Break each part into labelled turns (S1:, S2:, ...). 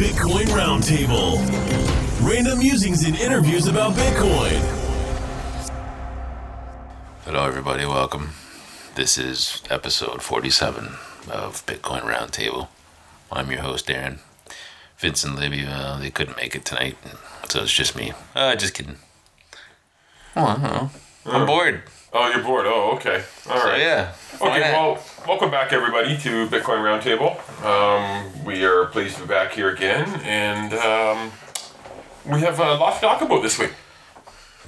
S1: Bitcoin Roundtable. Random musings and interviews about Bitcoin.
S2: Hello, everybody. Welcome. This is episode 47 of Bitcoin Roundtable. I'm your host, Aaron. Vince and Libby, uh, they couldn't make it tonight, so it's just me. Uh, just kidding. Well, I don't know. I'm bored.
S3: Oh, you're bored. Oh, okay. All
S2: So,
S3: right.
S2: yeah. why
S3: Okay.
S2: not?
S3: Well, welcome back everybody to Bitcoin Roundtable. Um, we are pleased to be back here again, and um, we have a lot to talk about this week.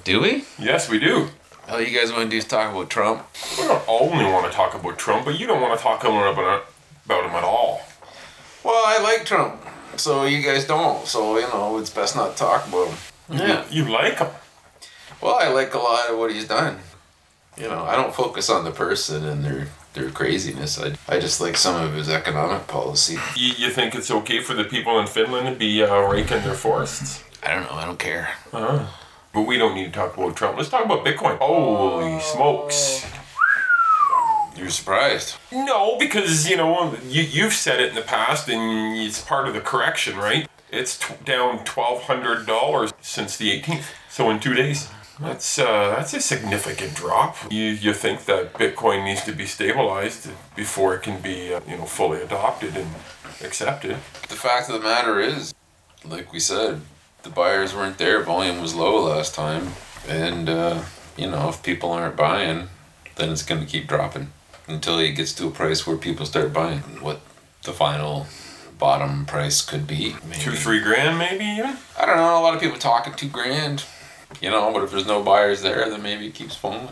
S2: do we?
S3: Yes, we do.
S2: All you guys want to do is talk about Trump?
S3: We don't only want to talk about Trump, but you don't want to talk about about him at all.
S2: Well, I like Trump, so you guys don't, so, you know, it's best not to talk about him. Yeah.
S3: You like him.
S2: Well, I like a lot of what he's done. You know, I don't focus on the person and their their craziness. I, I just like some of his economic policy.
S3: You, you think it's okay for the people in Finland to be uh, raking their forests?
S2: I don't know. I don't care.
S3: But we don't need to talk about Trump. Let's talk about Bitcoin. Holy smokes.
S2: You're surprised.
S3: No, because you know you you've said it in the past, and it's part of the correction, right? It's t- down twelve hundred dollars since the eighteenth. So in two days, that's uh, that's a significant drop. You you think that Bitcoin needs to be stabilized before it can be uh, you know fully adopted and accepted?
S2: The fact of the matter is, like we said, the buyers weren't there. Volume was low last time, and uh, you know if people aren't buying, then it's going to keep dropping until it gets to a price where people start buying. What the final bottom price could be? maybe.
S3: Two three grand maybe even.
S2: I don't know. A lot of people talking two grand. You know, but if there's no buyers there, then maybe it keeps falling.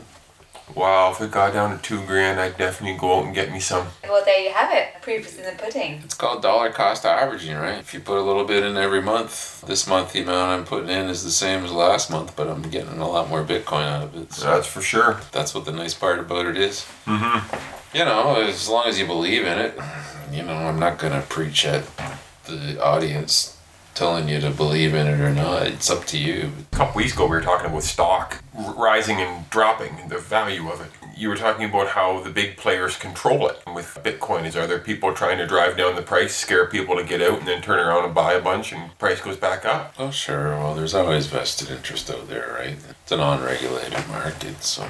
S3: Wow, if it got down to two grand, I'd definitely go out and get me some.
S4: Well, there you have it. Proof is in the pudding.
S2: It's called dollar cost averaging, right? If you put a little bit in every month, this month the amount I'm putting in is the same as last month, but I'm getting a lot more Bitcoin out of it. So
S3: That's for sure.
S2: that's what the nice part about it is. You know, as long as you believe in it, you know, I'm not going to preach at the audience telling you to believe in it or not. It's up to you.
S3: couple weeks ago we were talking about stock r- rising and dropping and the value of it you were talking about how the big players control it with bitcoin is are there people trying to drive down the price scare people to get out and then turn around and buy a bunch and price goes back up
S2: Oh, sure. Well, there's always vested interest out there, right? It's an unregulated market, so.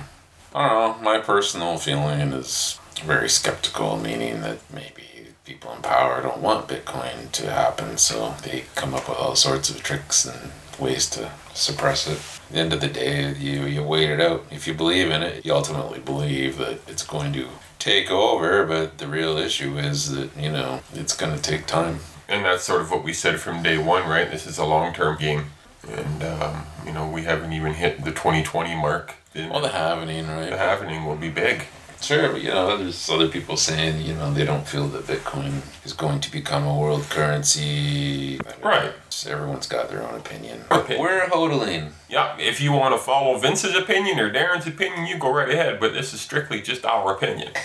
S2: I don't know. My personal feeling is very skeptical, meaning that maybe people in power don't want Bitcoin to happen, so they come up with all sorts of tricks and ways to suppress it. At the end of the day, you, you wait it out. If you believe in it, you ultimately believe that it's going to take over, but the real issue is that, you know, it's going to take time.
S3: and that's sort of what we said from day one right this is a long-term game and um, you know we haven't even hit the 2020 mark
S2: Well, the
S3: the
S2: happening, right?
S3: happening will be big
S2: Sure, but you know, there's other people saying, you know, they don't feel that Bitcoin is going to become a world currency. I mean,
S3: Right.
S2: it's- Everyone's got their own opinion.
S3: Okay.
S2: We're hodling.
S3: yeah if you want to follow vince's opinion or darren's opinion you go right ahead but this is strictly just our opinion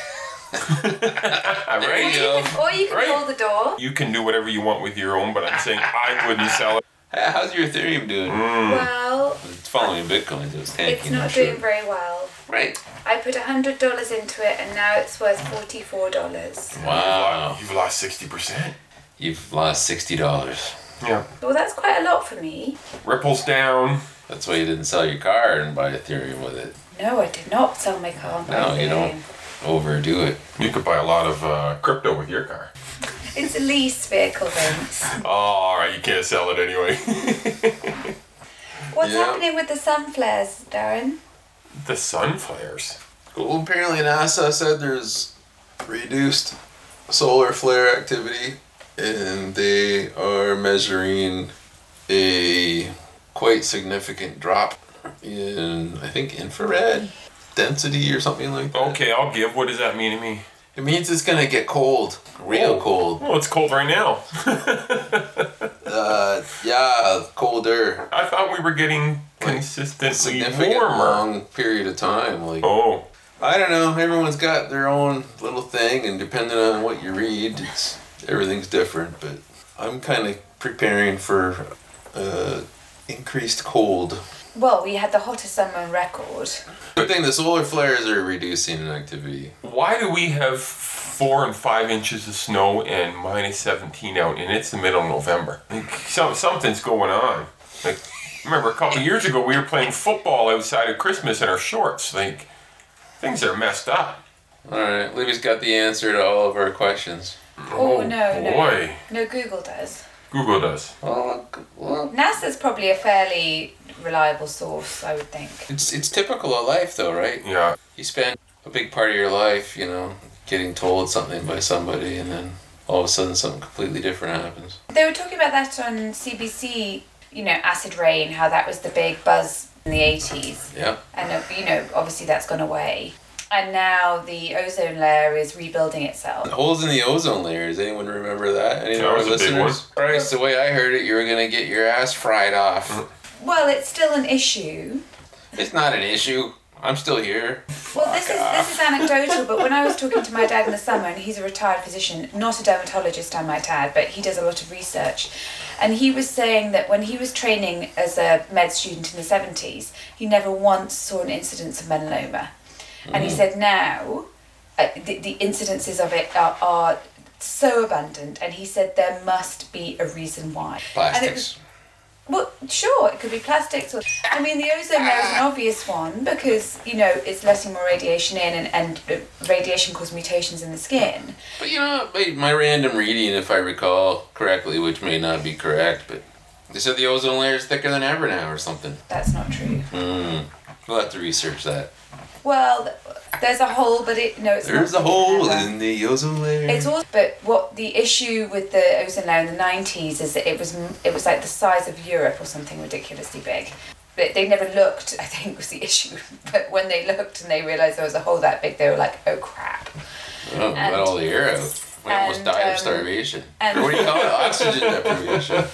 S2: There you go.
S4: Or you can
S3: Right.
S4: hold the door.
S3: You can do whatever you want with your own, but I'm saying I wouldn't sell it.
S2: Hey, How's your Ethereum doing?
S4: Mm. Well,
S2: It's following Bitcoin, so it's tanking.
S4: it's not
S2: I'm sure.
S4: doing very well.
S2: Right.
S4: I put hundred dollars into it, and now it's worth forty-four dollars.
S2: Wow.
S3: You've lost 60%.
S2: You've lost $60.
S3: Yeah.
S4: Well, that's quite a lot for me.
S3: Ripple's down.
S2: That's why you didn't sell your car and buy Ethereum with it.
S4: No, I did not sell my car. on
S2: No, you
S4: Ethereum.
S2: don't overdo it.
S3: You could buy a lot of uh, crypto with your car.
S4: It's a lease vehicle, Vince.
S3: Oh, all right, you can't sell it anyway.
S4: What's
S2: Yeah.
S4: happening with the sunflares, Darren?
S3: the sun flares.
S2: Well, apparently NASA said there's reduced solar flare activity, and they are measuring a quite significant drop in, I think, infrared density or something like that.
S3: Okay, I'll give. What does that mean to me?
S2: It means it's gonna get cold,
S3: Oh.
S2: real cold.
S3: Well, it's cold right now.
S2: Uh, yeah, colder,
S3: I thought we were getting consistently
S2: significant
S3: warmer.
S2: long period of time. Like
S3: Oh,
S2: I don't know. Everyone's got their own little thing, and depending on what you read, it's everything's different. But I'm kind of preparing for uh, increased cold.
S4: Well, we had the hottest summer on record.
S2: Good thing the solar flares are reducing in activity.
S3: why do we have four and five inches of snow and minus 17 out, and it's the middle of November. Like, some, something's going on. Like, remember a couple years ago we were playing football outside of Christmas in our shorts. Like, things are messed up.
S2: All right, Libby's got the answer to all of our questions.
S4: Oh, no, no.
S3: boy.
S4: No, Google does.
S3: Google does.
S2: Well, look, look.
S4: NASA's probably a fairly reliable source, I would think.
S2: It's it's typical of life, though, right?
S3: Yeah.
S2: You spend a big part of your life, you know, getting told something by somebody, and then all of a sudden something completely different happens.
S4: They were talking about that on CBC, you know, acid rain, how that was the big buzz in the 80s.
S2: Yeah.
S4: And, uh, you know, obviously that's gone away. And now the ozone layer is rebuilding itself.
S2: Holes in the ozone layer. Does anyone remember that? Any of
S3: That
S2: our
S3: was a big
S2: listeners? Christ, the way I heard it, you were gonna get your ass fried off.
S4: Well, it's still an issue.
S2: it's not an issue. I'm still here.
S4: Well, this is this is anecdotal, but when I was talking to my dad in the summer, and he's a retired physician, not a dermatologist, I might add, but he does a lot of research, and he was saying that when he was training as a med student in the seventies, he never once saw an incidence of melanoma, and he said now, uh, the, the incidences of it are. are so abundant, and he said there must be a reason why. And it was
S2: Plastics.
S4: well, sure, it could be plastics. Or, I mean, the ozone layer is an obvious one because you know it's letting more radiation in, and, and uh, radiation causes mutations in the skin.
S2: But you know, my, my random reading, if I recall correctly, which may not be correct, but they said the ozone layer is thicker than ever now or something.
S4: That's not true.
S2: Mm-hmm. We'll have to research that.
S4: Well, th- there's a hole, but it no, it's
S2: There's a
S4: not
S2: hole
S4: Never.
S2: in the ozone layer.
S4: It's all, but what the issue with the ozone layer in the nineties is that it was m- it was like the size of Europe or something ridiculously big. But they never looked. I think was the issue. But when they looked and they realised there was a hole that big, they were like, "Oh crap!"
S2: oh, we got
S4: and-
S2: all the air out. We almost
S4: and,
S2: died
S4: um,
S2: of starvation.
S4: and-
S2: Or what do you call it? Oxygen deprivation.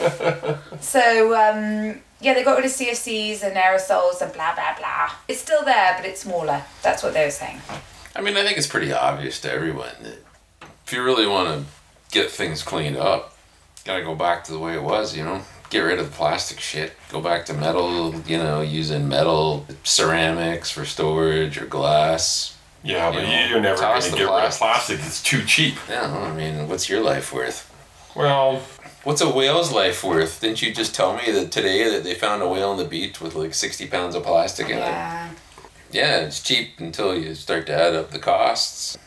S4: So um, yeah, they got rid of CFCs and aerosols and blah blah blah. It's still there, but it's smaller. That's what they were saying.
S2: I mean, I think it's pretty obvious to everyone that if you really want to get things cleaned up, gotta go back to the way it was, you know? Get rid of the plastic shit. Go back to metal, you know, using metal ceramics for storage or glass.
S3: Yeah, but
S2: You know,
S3: you're never going
S2: toss
S3: to
S2: the
S3: get rid of
S2: plastic.
S3: plastic. It's too cheap.
S2: Yeah, I mean, what's your life worth?
S3: Well,
S2: What's a whale's life worth? Didn't you just tell me that today that they found a whale on the beach with like 60 pounds of plastic in it?
S4: Yeah.
S2: Yeah, it's cheap until you start to add up the costs.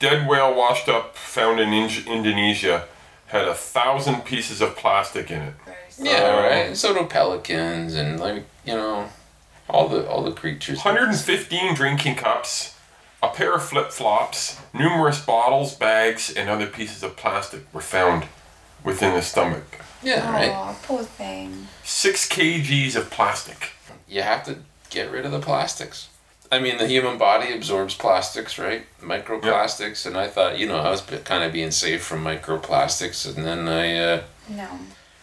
S3: dead whale washed up found in Inj- Indonesia had a thousand pieces of plastic in it.
S2: Yeah,
S3: Um,
S2: right. And so do pelicans and like you know, all the all the creatures.
S3: 115 drinking cups, a pair of flip flops, numerous bottles, bags, and other pieces of plastic were found within the stomach.
S2: Yeah, right.
S4: Oh, poor thing.
S3: Six kgs of plastic.
S2: You have to get rid of the plastics. I mean, the human body absorbs plastics, right? Microplastics, and I thought, you know, I was kind of being safe from microplastics, and then I uh,
S4: No.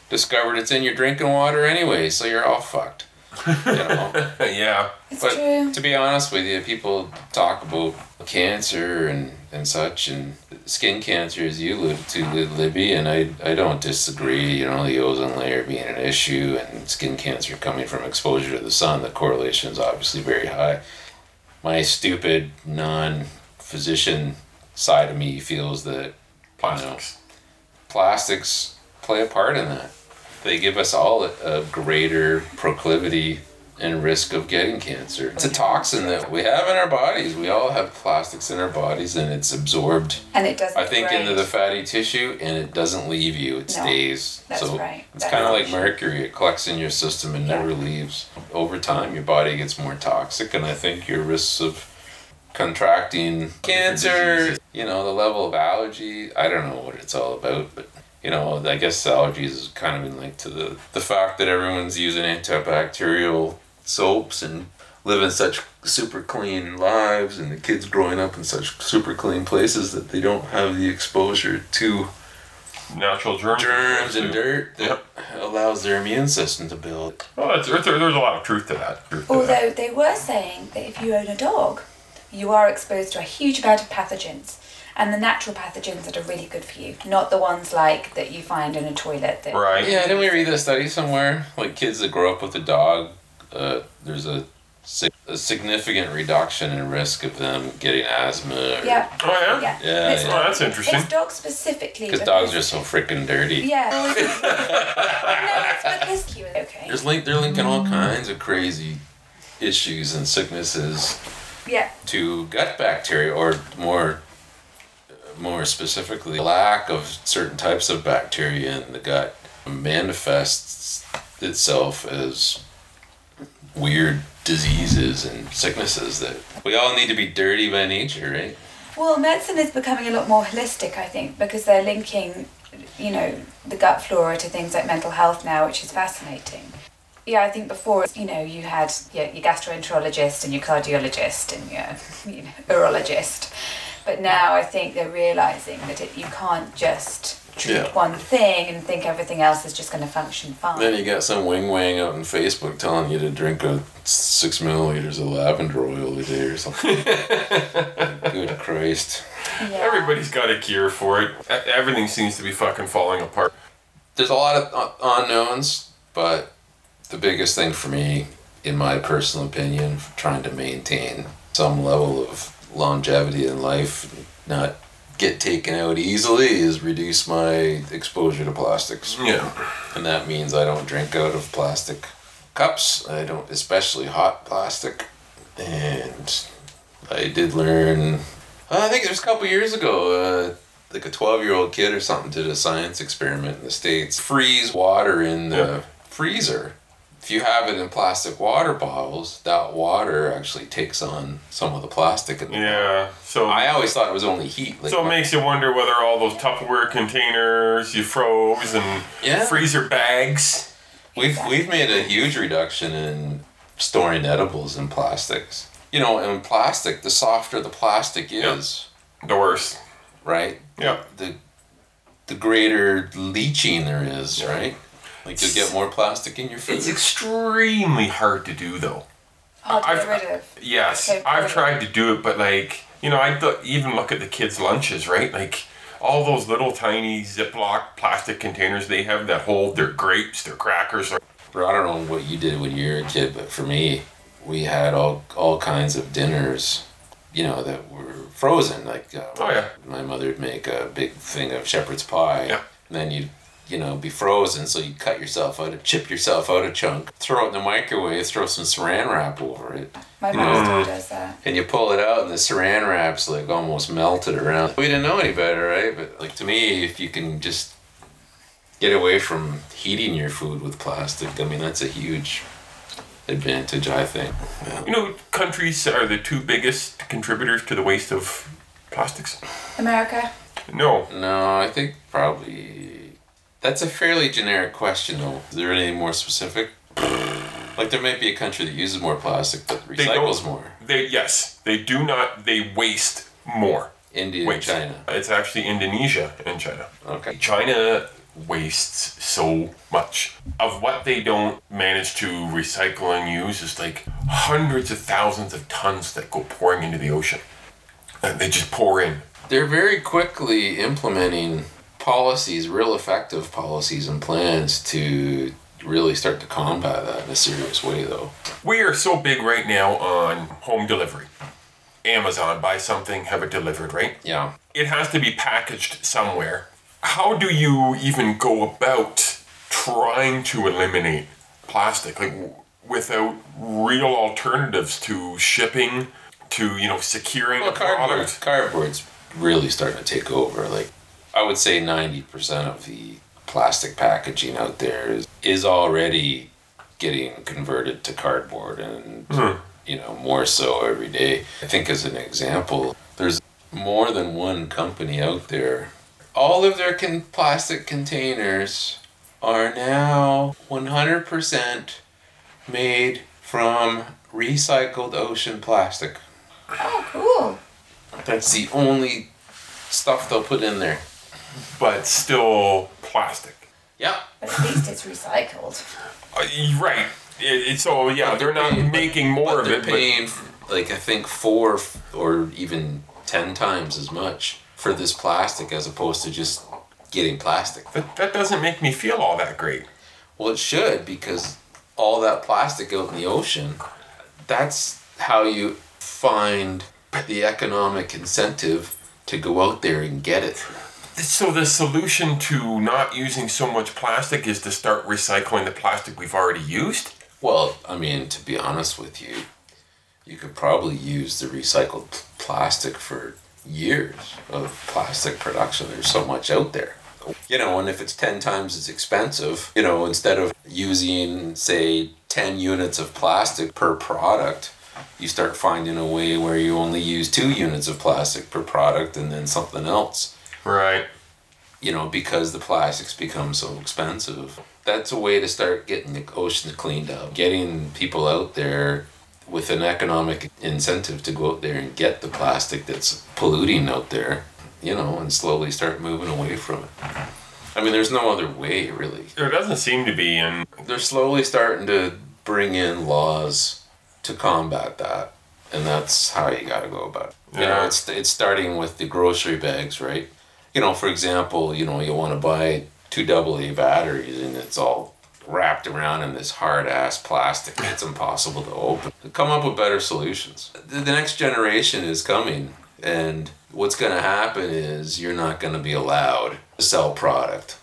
S2: discovered it's in your drinking water anyway, so you're all fucked. You know?
S3: yeah.
S4: It's
S2: but
S4: true.
S2: to be honest with you, people talk about cancer and, and such, and skin cancer, as you alluded to, Lib- Libby, and I, I don't disagree, you know, the ozone layer being an issue and skin cancer coming from exposure to the sun, the correlation is obviously very high. My stupid non physician side of me feels that
S3: Plastics.
S2: plastics play a part in that. They give us all a, a greater proclivity and risk of getting cancer. It's a toxin that we have in our bodies. We all have plastics in our bodies and it's absorbed,
S4: And it doesn't.
S2: I think,
S4: degrade.
S2: into the fatty tissue and it doesn't leave you. It
S4: No,
S2: stays.
S4: that's
S2: so
S4: right.
S2: it's
S4: That's
S2: kind of like
S4: right.
S2: mercury. It collects in your system and never leaves. Over time, your body gets more toxic and I think your risks of contracting cancer,
S3: diseases.
S2: you know, the level of allergy. I don't know what it's all about, but you know, I guess allergies is kind of been linked to the the fact that everyone's using antibacterial soaps and living such super clean lives and the kids growing up in such super clean places that they don't have the exposure to
S3: Natural germs.
S2: germs and dirt that allows their immune system to build.
S3: Well, that's, there- there's a lot of truth to that. Truth to that.
S4: Although they were saying that if you own a dog, you are exposed to a huge amount of pathogens. And the natural pathogens that are really good for you, not the ones like that you find in a toilet. That,
S3: Right.
S2: Yeah, didn't we read that study somewhere? Like kids that grow up with a dog, uh, there's a si- a significant reduction in risk of them getting asthma. Or,
S4: Yeah.
S3: Oh, yeah?
S4: Yeah.
S2: Yeah,
S4: It's
S2: yeah.
S4: dog-
S3: Oh, that's interesting.
S4: It's dogs specifically.
S2: Because dogs are so freaking dirty.
S4: Yeah. no, it's because he was okay.
S2: There's link, they're linking all kinds of crazy issues and sicknesses
S4: Yeah.
S2: to gut bacteria, or more, more specifically, lack of certain types of bacteria in the gut manifests itself as weird diseases and sicknesses that we all need to be dirty by nature, right?
S4: Well, medicine is becoming a lot more holistic, I think, because they're linking, you know, the gut flora to things like mental health now, which is fascinating. Yeah, I think before, you know, you had your, your gastroenterologist and your cardiologist and your you know, urologist. But now I think they're realizing that it, you can't just treat
S2: Yeah.
S4: one thing and think everything else is just going to function fine.
S2: Then you got some wing wang out on Facebook telling you to drink a six milliliters of lavender oil a day or something. Good Christ.
S4: Yeah.
S3: Everybody's got a cure for it. E- Everything seems to be fucking falling apart.
S2: there's a lot of un- unknowns, but the biggest thing for me, in my personal opinion, for trying to maintain some level of longevity in life, not get taken out easily, is reduce my exposure to plastics.
S3: Yeah.
S2: And that means I don't drink out of plastic cups. I don't, especially hot plastic. And I did learn, uh, I think it was a couple years ago, uh, like a 12 year old kid or something did a science experiment in the States. Freeze water in the
S3: Yeah.
S2: freezer. If you have it in plastic water bottles, that water actually takes on some of the plastic. In the
S3: Yeah. So
S2: I always thought it was only heat. Like
S3: so it
S2: my-
S3: makes you wonder whether all those Tupperware containers you froze and
S2: Yeah.
S3: freezer bags.
S2: We've we've made a huge reduction in storing edibles in plastics. You know, in plastic, the softer the plastic is,
S3: The worst.
S2: right?
S3: Yeah.
S2: The the greater leaching there is, right? Like you get more plastic in your food.
S3: It's extremely hard to do though.
S4: Hard to
S3: I've-
S4: get rid of.
S3: Yes,
S4: Okay,
S3: I've
S4: cool.
S3: tried to do it, but like you know, I th- even look at the kids' lunches, right? Like all those little tiny Ziploc plastic containers they have that hold their grapes, their crackers. Or,
S2: I don't know what you did when you were a kid, but for me, we had all all kinds of dinners, you know, that were frozen. Like uh,
S3: Oh, yeah.
S2: my mother would make a big thing of shepherd's pie,
S3: Yeah.
S2: and then you you know be frozen, so you cut yourself out, a chip yourself out a chunk, throw it in the microwave, throw some saran wrap over it,
S4: My mum still does that.
S2: and you pull it out, and the saran wrap's like almost melted around. We didn't know any better, right? But like to me, if you can just get away from heating your food with plastic, I mean that's a huge advantage, I think.
S3: you know, countries are the two biggest contributors to the waste of plastics.
S4: America?
S3: No,
S2: No, I think probably that's a fairly generic question. Though, is there any more specific? Like there might be a country that uses more plastic but
S3: they don't-
S2: recycles more.
S3: They yes, they do not. They waste more.
S2: India
S3: Waste.
S2: and China.
S3: It's actually Indonesia and China.
S2: Okay.
S3: China wastes so much of what they don't manage to recycle and use is like hundreds of thousands of tons that go pouring into the ocean and they just pour in
S2: they're very quickly implementing policies, real effective policies and plans to really start to combat that in a serious way, though.
S3: we are so big right now on home delivery amazon buy something have it delivered right
S2: Yeah.
S3: it has to be packaged somewhere how do you even go about trying to eliminate plastic like w- without real alternatives to shipping to you know securing
S2: Well,
S3: a
S2: cardboard,
S3: product
S2: cardboard's really starting to take over. Like, I would say 90% of the plastic packaging out there is, is already getting converted to cardboard and, you know, more so every day. I think, as an example, there's more than one company out there. All of their con- plastic containers are now 100% made from recycled ocean plastic.
S4: Oh, cool.
S2: That's the only stuff they'll put in there.
S3: but still plastic
S2: Yeah.
S4: But at least it's recycled.
S3: uh, you're right it, it's so yeah they're not
S2: But-
S3: making more
S2: But
S3: of
S2: they're
S3: it but
S2: paying like I think four f- or even ten times as much for this plastic as opposed to just getting plastic.
S3: that, that doesn't make me feel all that great
S2: Well, it should because all that plastic out in the ocean, that's how you find the economic incentive to go out there and get it.
S3: So the solution to not using so much plastic is to start recycling the plastic we've already used.
S2: Well, I mean, to be honest with you, you could probably use the recycled p- plastic for years of plastic production. There's so much out there. You know, and if it's 10 times as expensive, you know, instead of using, say, 10 units of plastic per product, you start finding a way where you only use two units of plastic per product and then something else,
S3: Right.
S2: you know, because the plastics become so expensive. That's a way to start getting the ocean cleaned up, getting people out there with an economic incentive to go out there and get the plastic that's polluting out there, you know, and slowly start moving away from it. I mean, there's no other way, really.
S3: There doesn't seem to be, and
S2: They're slowly starting to bring in laws to combat that, and that's how you got to go about it. You know,
S3: Yeah.
S2: it's it's starting with the grocery bags, right? You know, for example, you know, you want to buy two AA batteries, and it's all wrapped around in this hard ass plastic. It's impossible to open. Come up with better solutions. The, the next generation is coming, and what's going to happen is you're not going to be allowed to sell product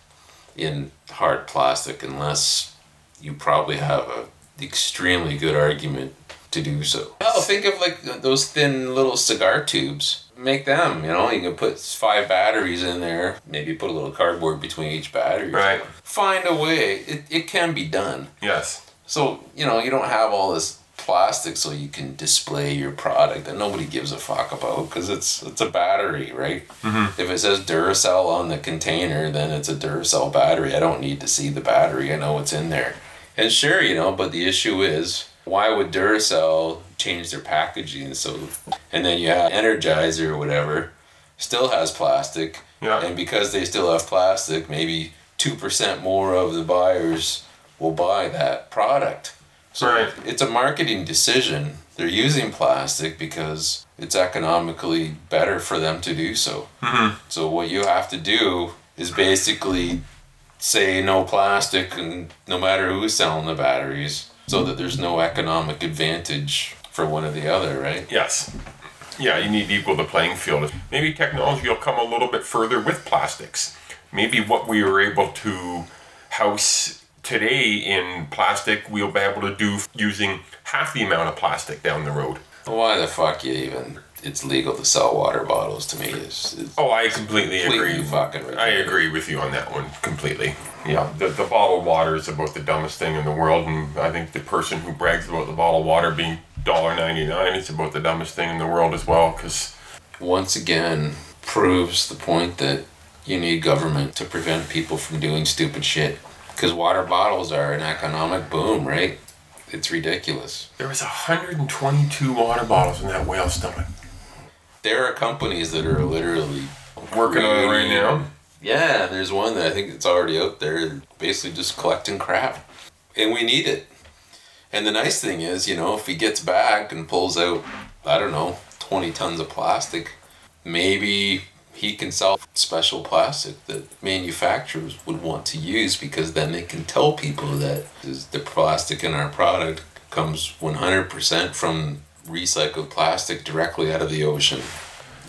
S2: in hard plastic unless you probably have a extremely good argument to do so. Well, Oh, think of like th- those thin little cigar tubes. Make them, you know, you can put five batteries in there, maybe put a little cardboard between each battery.
S3: Right.
S2: Find a way. It, it can be done.
S3: yes,
S2: So, you know, you don't have all this plastic so you can display your product that nobody gives a fuck about because it's it's a battery, right? If it says Duracell on the container, then it's a Duracell battery. I don't need to see the battery. I know it's in there. And sure, you know, but the issue is why would Duracell change their packaging so and then you have Energizer or whatever still has plastic.
S3: Yeah.
S2: And because they still have plastic, maybe 2% more of the buyers will buy that product. So
S3: Right.
S2: it's a marketing decision. They're using plastic because it's economically better for them to do so.
S3: Mm-hmm.
S2: So what you have to do is basically say no plastic and no matter who's selling the batteries so that there's no economic advantage for one or the other, right?
S3: yes, yeah. You need to equal the playing field. Maybe technology will come a little bit further with plastics. Maybe what we were able to house today in plastic, we'll be able to do using half the amount of plastic down the road.
S2: Why the fuck you even? It's legal to sell water bottles to me. It's, it's
S3: Oh, I completely
S2: completely
S3: agree.
S2: fucking
S3: I
S2: ridiculous.
S3: agree with you on that one completely. Yeah, the, the bottled water is about the dumbest thing in the world, and I think the person who brags about the bottled water being $1.99 is about the dumbest thing in the world as well, because
S2: Once again, proves the point that you need government to prevent people from doing stupid shit. Because water bottles are an economic boom, right? It's ridiculous.
S3: there was 122 water bottles in that whale's stomach.
S2: There are companies that are literally
S3: Working on it right
S2: creating-
S3: now.
S2: Yeah, there's one that I think it's already out there, basically just collecting crap, and we need it. And the nice thing is, you know, if he gets back and pulls out, I don't know, twenty tons of plastic, maybe he can sell special plastic that manufacturers would want to use because then they can tell people that is the plastic in our product comes 100% from recycled plastic directly out of the ocean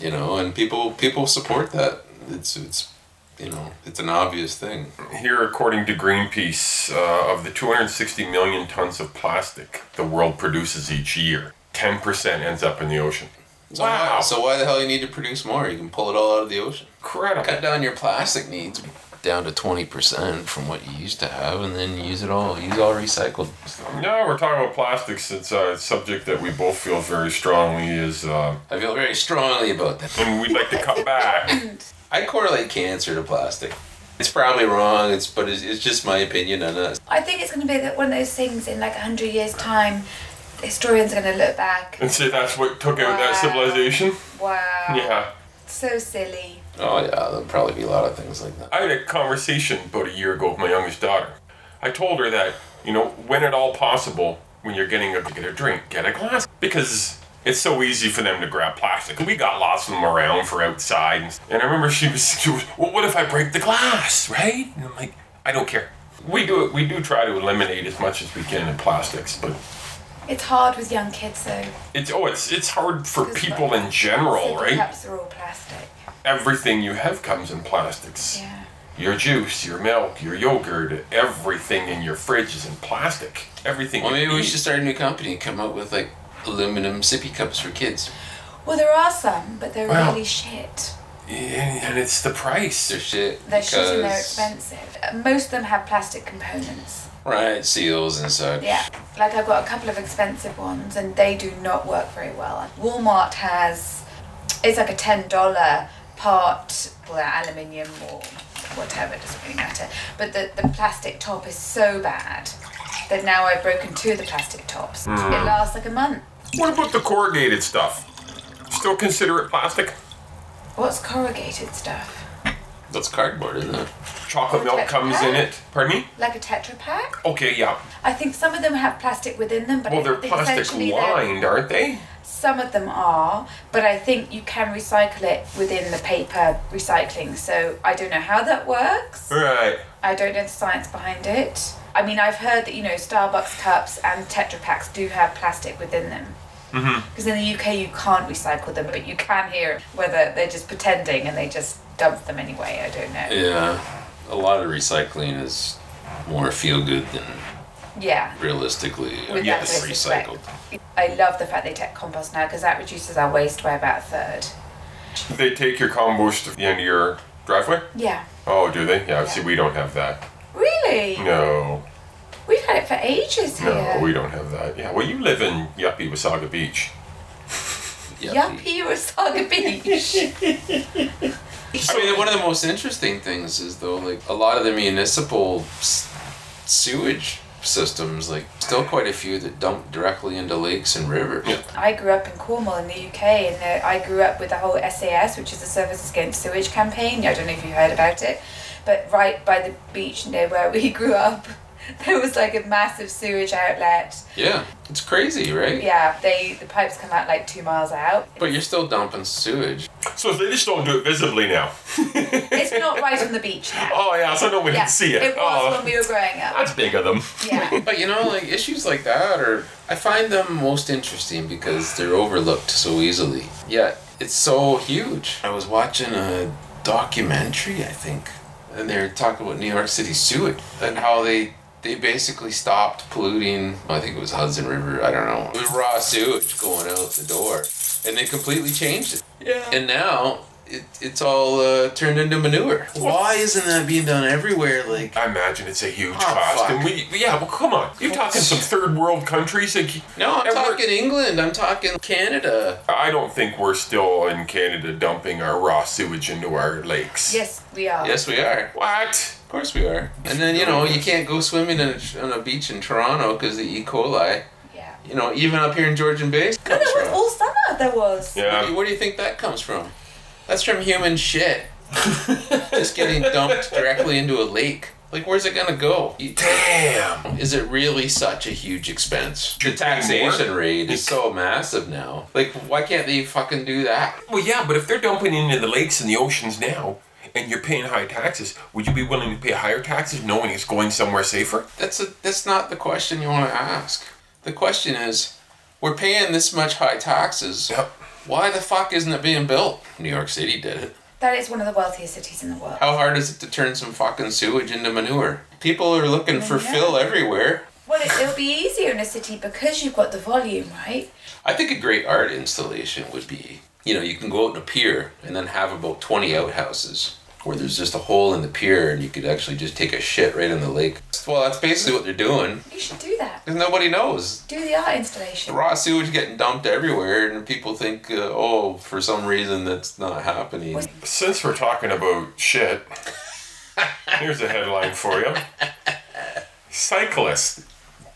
S2: you know and people people support that it's it's you know it's an obvious thing
S3: Here, according to Greenpeace, uh, of the 260 million tons of plastic the world produces each year, 10% ends up in the ocean.
S2: so
S3: Wow.
S2: why, so why the hell you need to produce more you can pull it all out of the ocean
S3: Incredible.
S2: cut down your plastic needs down to 20% from what you used to have and then use it all use all recycled
S3: No, we're talking about plastics. It's a subject that we both feel very strongly is, uh,
S2: i feel very strongly about that
S3: and we'd like to come back.
S2: i correlate cancer to plastic it's probably wrong it's but it's, it's just my opinion on us
S4: I think it's going to be that one of those things in like 100 years' time, historians are going to look back.
S3: And say that's what took out that
S4: Wow.
S3: civilization.
S4: Wow.
S3: Yeah,
S4: So silly.
S2: oh yeah there'll probably be a lot of things like that
S3: I had a conversation about a year ago with my youngest daughter. I told her that you know when at all possible, when you're getting a get a drink, get a glass because. It's so easy for them to grab plastic. We got lots of them around for outside. And I remember she was, she was well, what if I break the glass, right? And I'm like, I don't care. We do it. We do try to eliminate as much as we can in plastics, but
S4: It's hard with young kids though.
S3: It's oh, it's it's hard for
S4: 'cause,
S3: people
S4: like,
S3: in general,
S4: sippy
S3: right?
S4: Cups are all plastic.
S3: Everything you have comes in plastics.
S4: Yeah.
S3: Your juice, your milk, your yogurt, everything in your fridge is in plastic. Everything.
S2: Well,
S3: you
S2: maybe we
S3: eat.
S2: should start a new company. Come up with like aluminum sippy cups for kids.
S4: Well, there are some, but they're
S3: Wow.
S4: really shit.
S3: Yeah, and it's the
S2: They're
S3: price.
S2: shit.
S4: They're shit and they're
S2: because-
S4: expensive. Uh, Most of them have plastic components.
S2: Right, seals and such.
S4: Yeah. Like I've got a couple of expensive ones and they do not work very well. Walmart has it's like a ten dollar part well aluminium or whatever, it doesn't really matter. But the, the plastic top is so bad that now I've broken two of the plastic tops.
S3: Hmm.
S4: It lasts like a month.
S3: What about the corrugated stuff? Still consider it plastic?
S4: What's corrugated stuff?
S2: That's cardboard, isn't it?
S3: Chocolate milk comes in it. Pardon me?
S4: Like a tetra pack?
S3: Okay, yeah.
S4: I think some of them have plastic within them, but
S3: Well, they're
S4: I think
S3: plastic
S4: essentially they're-
S3: lined, aren't they?
S4: Some of them are, but I think you can recycle it within the paper recycling. So I don't know how that works.
S3: Right.
S4: I don't know the science behind it. I mean, I've heard that you know Starbucks cups and Tetra Packs do have plastic within them. Because in the UK you can't recycle them, but you can hear whether they're just pretending and they just dump them anyway. I don't know.
S2: Yeah. A lot of recycling is more feel good than
S4: Yeah.
S2: realistically uh,
S4: With
S3: Yes,
S4: that recycled.
S2: recycled.
S4: I love the fact they take compost now because that reduces our waste by about a third.
S3: They take your compost to the end of your driveway?
S4: Yeah.
S3: Oh, do they? Yeah, see, we don't have that.
S4: Really?
S3: No,
S4: We've had it for ages
S3: no,
S4: here.
S3: we don't have that. Yeah, well, you live in Yuppie Wasaga Beach.
S4: Yuppie Wasaga Beach.
S2: I mean, one of the most interesting things is though, like a lot of the municipal s- sewage systems, like still quite a few that dump directly into lakes and rivers.
S3: Yeah.
S4: I grew up in Cornwall in the UK, and uh, I grew up with the whole SAS, which is the Services Against Sewage campaign. I don't know if you heard about it, but right by the beach near where we grew up, there was like a massive sewage outlet.
S2: Yeah, it's crazy, right?
S4: Yeah, they the pipes come out like two miles out.
S2: But you're still dumping sewage.
S3: So they just don't do it visibly now.
S4: It's not right on the beach now.
S3: Oh, yeah, so no one
S4: yeah,
S3: can see it.
S4: It was
S3: oh,
S4: when we were growing up.
S3: that's big of them.
S4: Yeah.
S2: But you know, like issues like that are I find them most interesting because they're overlooked so easily. Yeah, it's so huge. I was watching a documentary, I think, and they were talking about New York City sewage and how they they basically stopped polluting. I think it was Hudson River. I don't know. It was raw sewage going out the door, and they completely changed it.
S3: Yeah.
S2: And now. It, it's all uh, turned into manure. Why isn't that being done everywhere? Like,
S3: I imagine it's a huge
S2: Oh,
S3: cost.
S2: fuck.
S3: And we, yeah, well, come on. You're talking some third world countries. Like,
S2: no, I'm
S3: and we're-
S2: talking England. I'm talking Canada.
S3: I don't think we're still in Canada dumping our raw sewage into our lakes.
S4: Yes, we are.
S2: Yes, we are.
S3: What?
S2: Of course, we are. And then you know you can't go swimming in a, on a beach in Toronto because the E. coli.
S4: Yeah.
S2: You know, even up here in Georgian Bay.
S4: No,
S2: Comes
S4: there was
S2: from.
S4: all summer. There was.
S3: Yeah.
S2: Where do you think that comes from? That's from human shit. Just getting dumped directly into a lake. Like, where's it gonna go? You-
S3: Damn.
S2: Is it really such a huge expense? The
S3: Should pay more.
S2: taxation rate is so massive now. Like, why can't they fucking do that?
S3: Well, yeah, but if they're dumping into the lakes and the oceans now, and you're paying high taxes, would you be willing to pay higher taxes knowing it's going somewhere safer?
S2: That's a, that's not the question you want to ask. The question is, we're paying this much high taxes.
S3: Yep.
S2: Why the fuck isn't it being built? New York City did it.
S4: That is one of the wealthiest cities in the world.
S2: How hard is it to turn some fucking sewage into manure? People are looking for
S4: Manure.
S2: fill everywhere.
S4: Well, it, it'll be easier in a city because you've got the volume, right?
S2: I think a great art installation would be, you know, you can go out in a pier and then have about 20 outhouses where there's just a hole in the pier and you could actually just take a shit right in the lake. Well, that's basically what they're doing.
S4: You should do that.
S2: 'cause nobody knows.
S4: Do the art installation.
S2: raw sewage getting dumped everywhere, and people think, uh, oh, for some reason that's not happening.
S4: Was-
S3: Since we're talking about shit, here's a headline for you Cyclist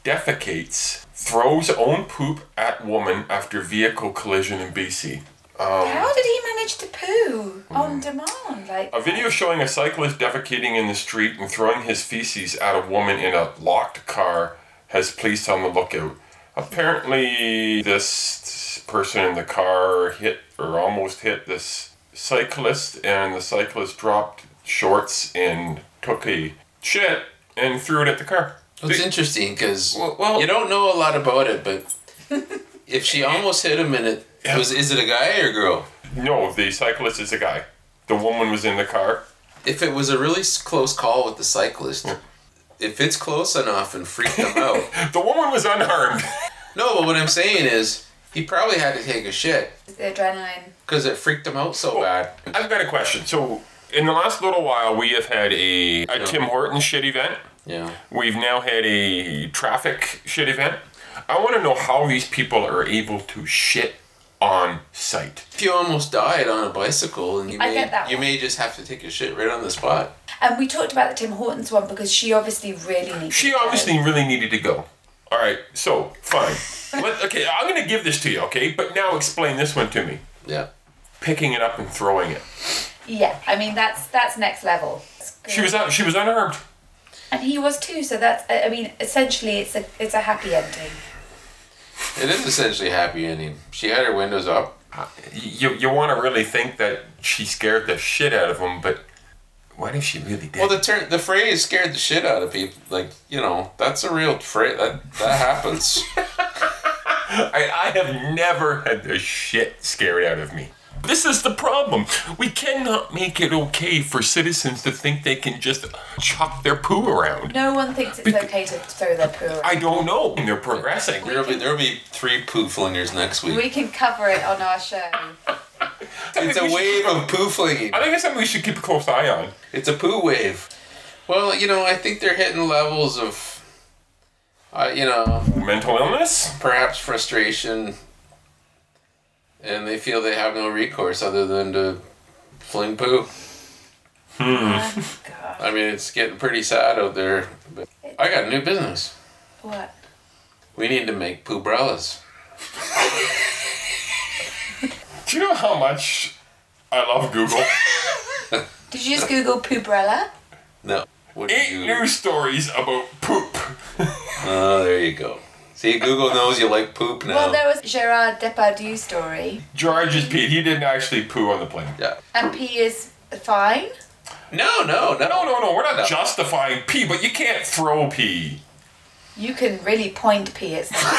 S3: defecates, throws own poop at woman after vehicle collision in BC.
S4: How did he manage to poo on demand? Like
S3: Hmm. A video showing a cyclist defecating in the street and throwing his feces at a woman in a locked car has police on the lookout. Apparently, this person in the car hit or almost hit this cyclist, and the cyclist dropped shorts and took a shit and threw it at the car.
S2: It's interesting because
S3: Well- well-
S2: you don't know a lot about it, but If she almost hit him and it was, is it a guy or a girl?
S3: No, the cyclist is a guy. The woman was in the car.
S2: If it was a really s- close call with the cyclist, if it's close enough and freaked him out.
S3: The woman was unharmed.
S2: No, but what I'm saying is he probably had to take a shit
S4: The adrenaline.
S2: because it freaked him out so bad.
S3: I've got a question. So, in the last little while, we have had a, a Tim Hortons shit event.
S2: Yeah.
S3: We've now had a traffic shit event. I want to know how these people are able to shit on site.
S2: If you almost died on a bicycle, and you
S4: I
S2: may,
S4: get that
S2: you
S4: one.
S2: may just have to take a shit right on the spot.
S4: And we talked about the Tim Hortons one because she obviously really needs.
S3: She
S4: to go.
S3: obviously really needed to go. All right, so fine. Let, okay, I'm going to give this to you, okay? But now explain this one to me.
S2: Yeah.
S3: Picking it up and throwing it.
S4: Yeah, I mean that's that's next level.
S3: She was un- she was unarmed.
S4: and he was too. So that's I I mean essentially it's a it's a happy ending.
S2: It is essentially a happy ending. She had her windows up.
S3: You you want to really think that she scared the shit out of him, but what if she really did?
S2: Well, the ter- the phrase scared the shit out of people. Like you know, that's a real phrase. That that happens.
S3: I, I have never had the shit scared out of me. This is the problem. We cannot make it okay for citizens to think they can just chuck their poo around.
S4: No one thinks it's okay to throw their poo. around.
S3: I don't know. They're progressing.
S2: there'll be there'll be three poo flingers next week.
S4: We can cover it on our show.
S3: Mm.
S2: it's a wave of poo flinging.
S3: I think it's something we should keep a close eye on.
S2: It's a poo wave. Well, you know, I think they're hitting levels of, uh, you know,
S3: Mental illness?
S2: perhaps frustration, and they feel they have no recourse other than to fling poo.
S4: Oh, God,
S2: I mean, it's getting pretty sad out there. But I got a new business.
S4: what?
S2: We need to make poo brellas.
S3: Do you know how much I love Google?
S4: Did you just Google poobrella?
S2: No. What do
S3: Eight
S2: you?
S3: news stories about poop.
S2: Oh, there you go. See, Google knows you like poop now.
S4: Well, there was Gerard Depardieu story,
S3: George is Pete. He didn't actually poo on the plane.
S2: yeah.
S4: and P is fine.
S2: No, no, no,
S3: No, no, no. We're not
S2: No.
S3: justifying pee, but you can't throw pee.
S4: You can really point P at something.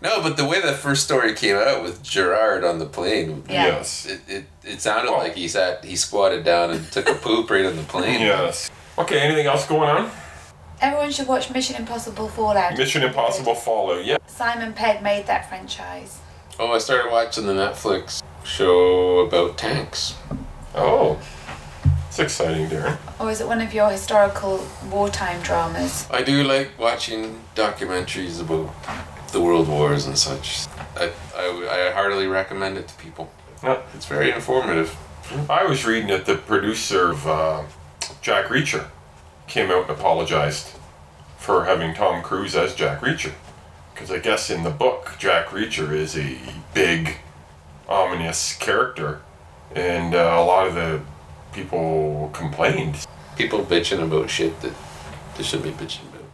S2: no. But the way the first story came out with Gerard on the plane,
S4: Yeah.
S3: Yes.
S2: it, it, it sounded
S3: Oh.
S2: like he sat, he squatted down and took a poop right on the plane.
S3: Yes. Okay, anything else going on?
S4: Everyone should watch Mission Impossible Fallout.
S3: Mission Impossible Fallout, yeah.
S4: Simon Pegg made that franchise.
S2: Oh, I started watching the Netflix show about tanks.
S3: Oh. It's exciting, Darren.
S4: Or is it one of your historical wartime dramas?
S2: I do like watching documentaries about the world wars and such. I, I, I heartily recommend it to people.
S3: Yeah.
S2: It's very informative.
S3: I was reading that the producer of uh, Jack Reacher came out and apologized for having Tom Cruise as Jack Reacher. Because I guess in the book, Jack Reacher is a big, ominous character. And uh, a lot of the people complained
S2: People bitching about shit that they shouldn't be bitching about.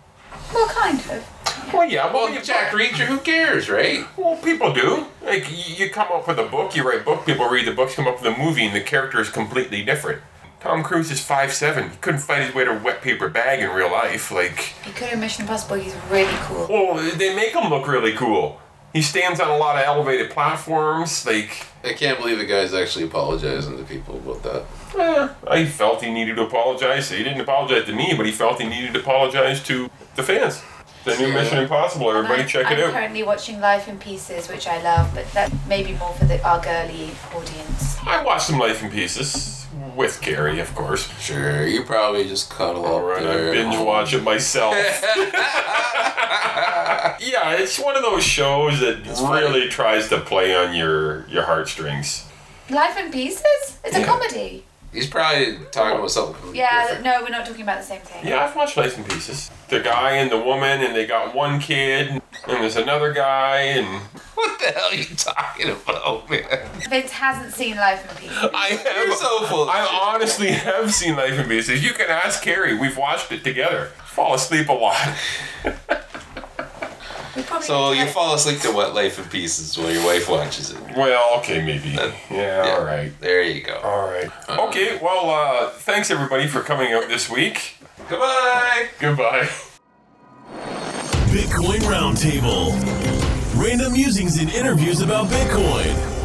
S4: Well, kind of.
S3: Well, yeah, well,
S2: Well,
S3: you-
S2: Jack Reacher, who cares, right?
S3: Well, people do. Like, y- you come up with a book, you write a book, people read the books, come up with a movie, and the character is completely different. Tom Cruise is 5'7. He couldn't find his way to a wet paper bag in real life. Like,
S4: You could have Mission Impossible, he's really cool.
S3: well, they make him look really cool. He stands on a lot of elevated platforms. Like,
S2: I can't believe the guy's actually apologizing to people about that.
S3: eh, I felt he needed to apologize. He didn't apologize to me, but he felt he needed to apologize to the fans. The new Mission Impossible, everybody
S4: I'm,
S3: check it
S4: I'm
S3: out.
S4: currently watching Life in Pieces, which I love, but that may be more for the our girly audience.
S3: I watched some Life in Pieces with Gary, of course.
S2: Sure, you probably just cuddle
S3: All
S2: up
S3: right,
S2: there.
S3: I binge watch it myself. yeah, it's one of those shows that really tries to play on your your heartstrings.
S4: Life in Pieces? It's a
S3: Yeah.
S4: comedy.
S2: He's probably talking about something. completely
S4: Yeah,
S2: different.
S4: no, we're not talking about the same thing.
S3: Yeah, I've watched Life in Pieces. The guy and the woman, and they got one kid, and there's another guy, and
S2: What the hell are you talking about, man?
S4: Vince hasn't seen Life in Pieces.
S3: I
S2: You're
S3: have.
S2: so full. of shit.
S3: I honestly have seen Life in Pieces. You can ask Carrie. We've watched it together. Fall asleep a lot.
S4: We probably
S2: So
S4: need to
S2: you
S4: have-
S2: fall asleep to What Life in Pieces while your wife watches it.
S3: Well, okay, maybe. Yeah,
S2: Yeah.
S3: all right.
S2: There you go.
S3: All right. Okay, well, uh, thanks everybody for coming out this week.
S2: Goodbye.
S3: Goodbye.
S1: Bitcoin Roundtable. Random musings and interviews about Bitcoin.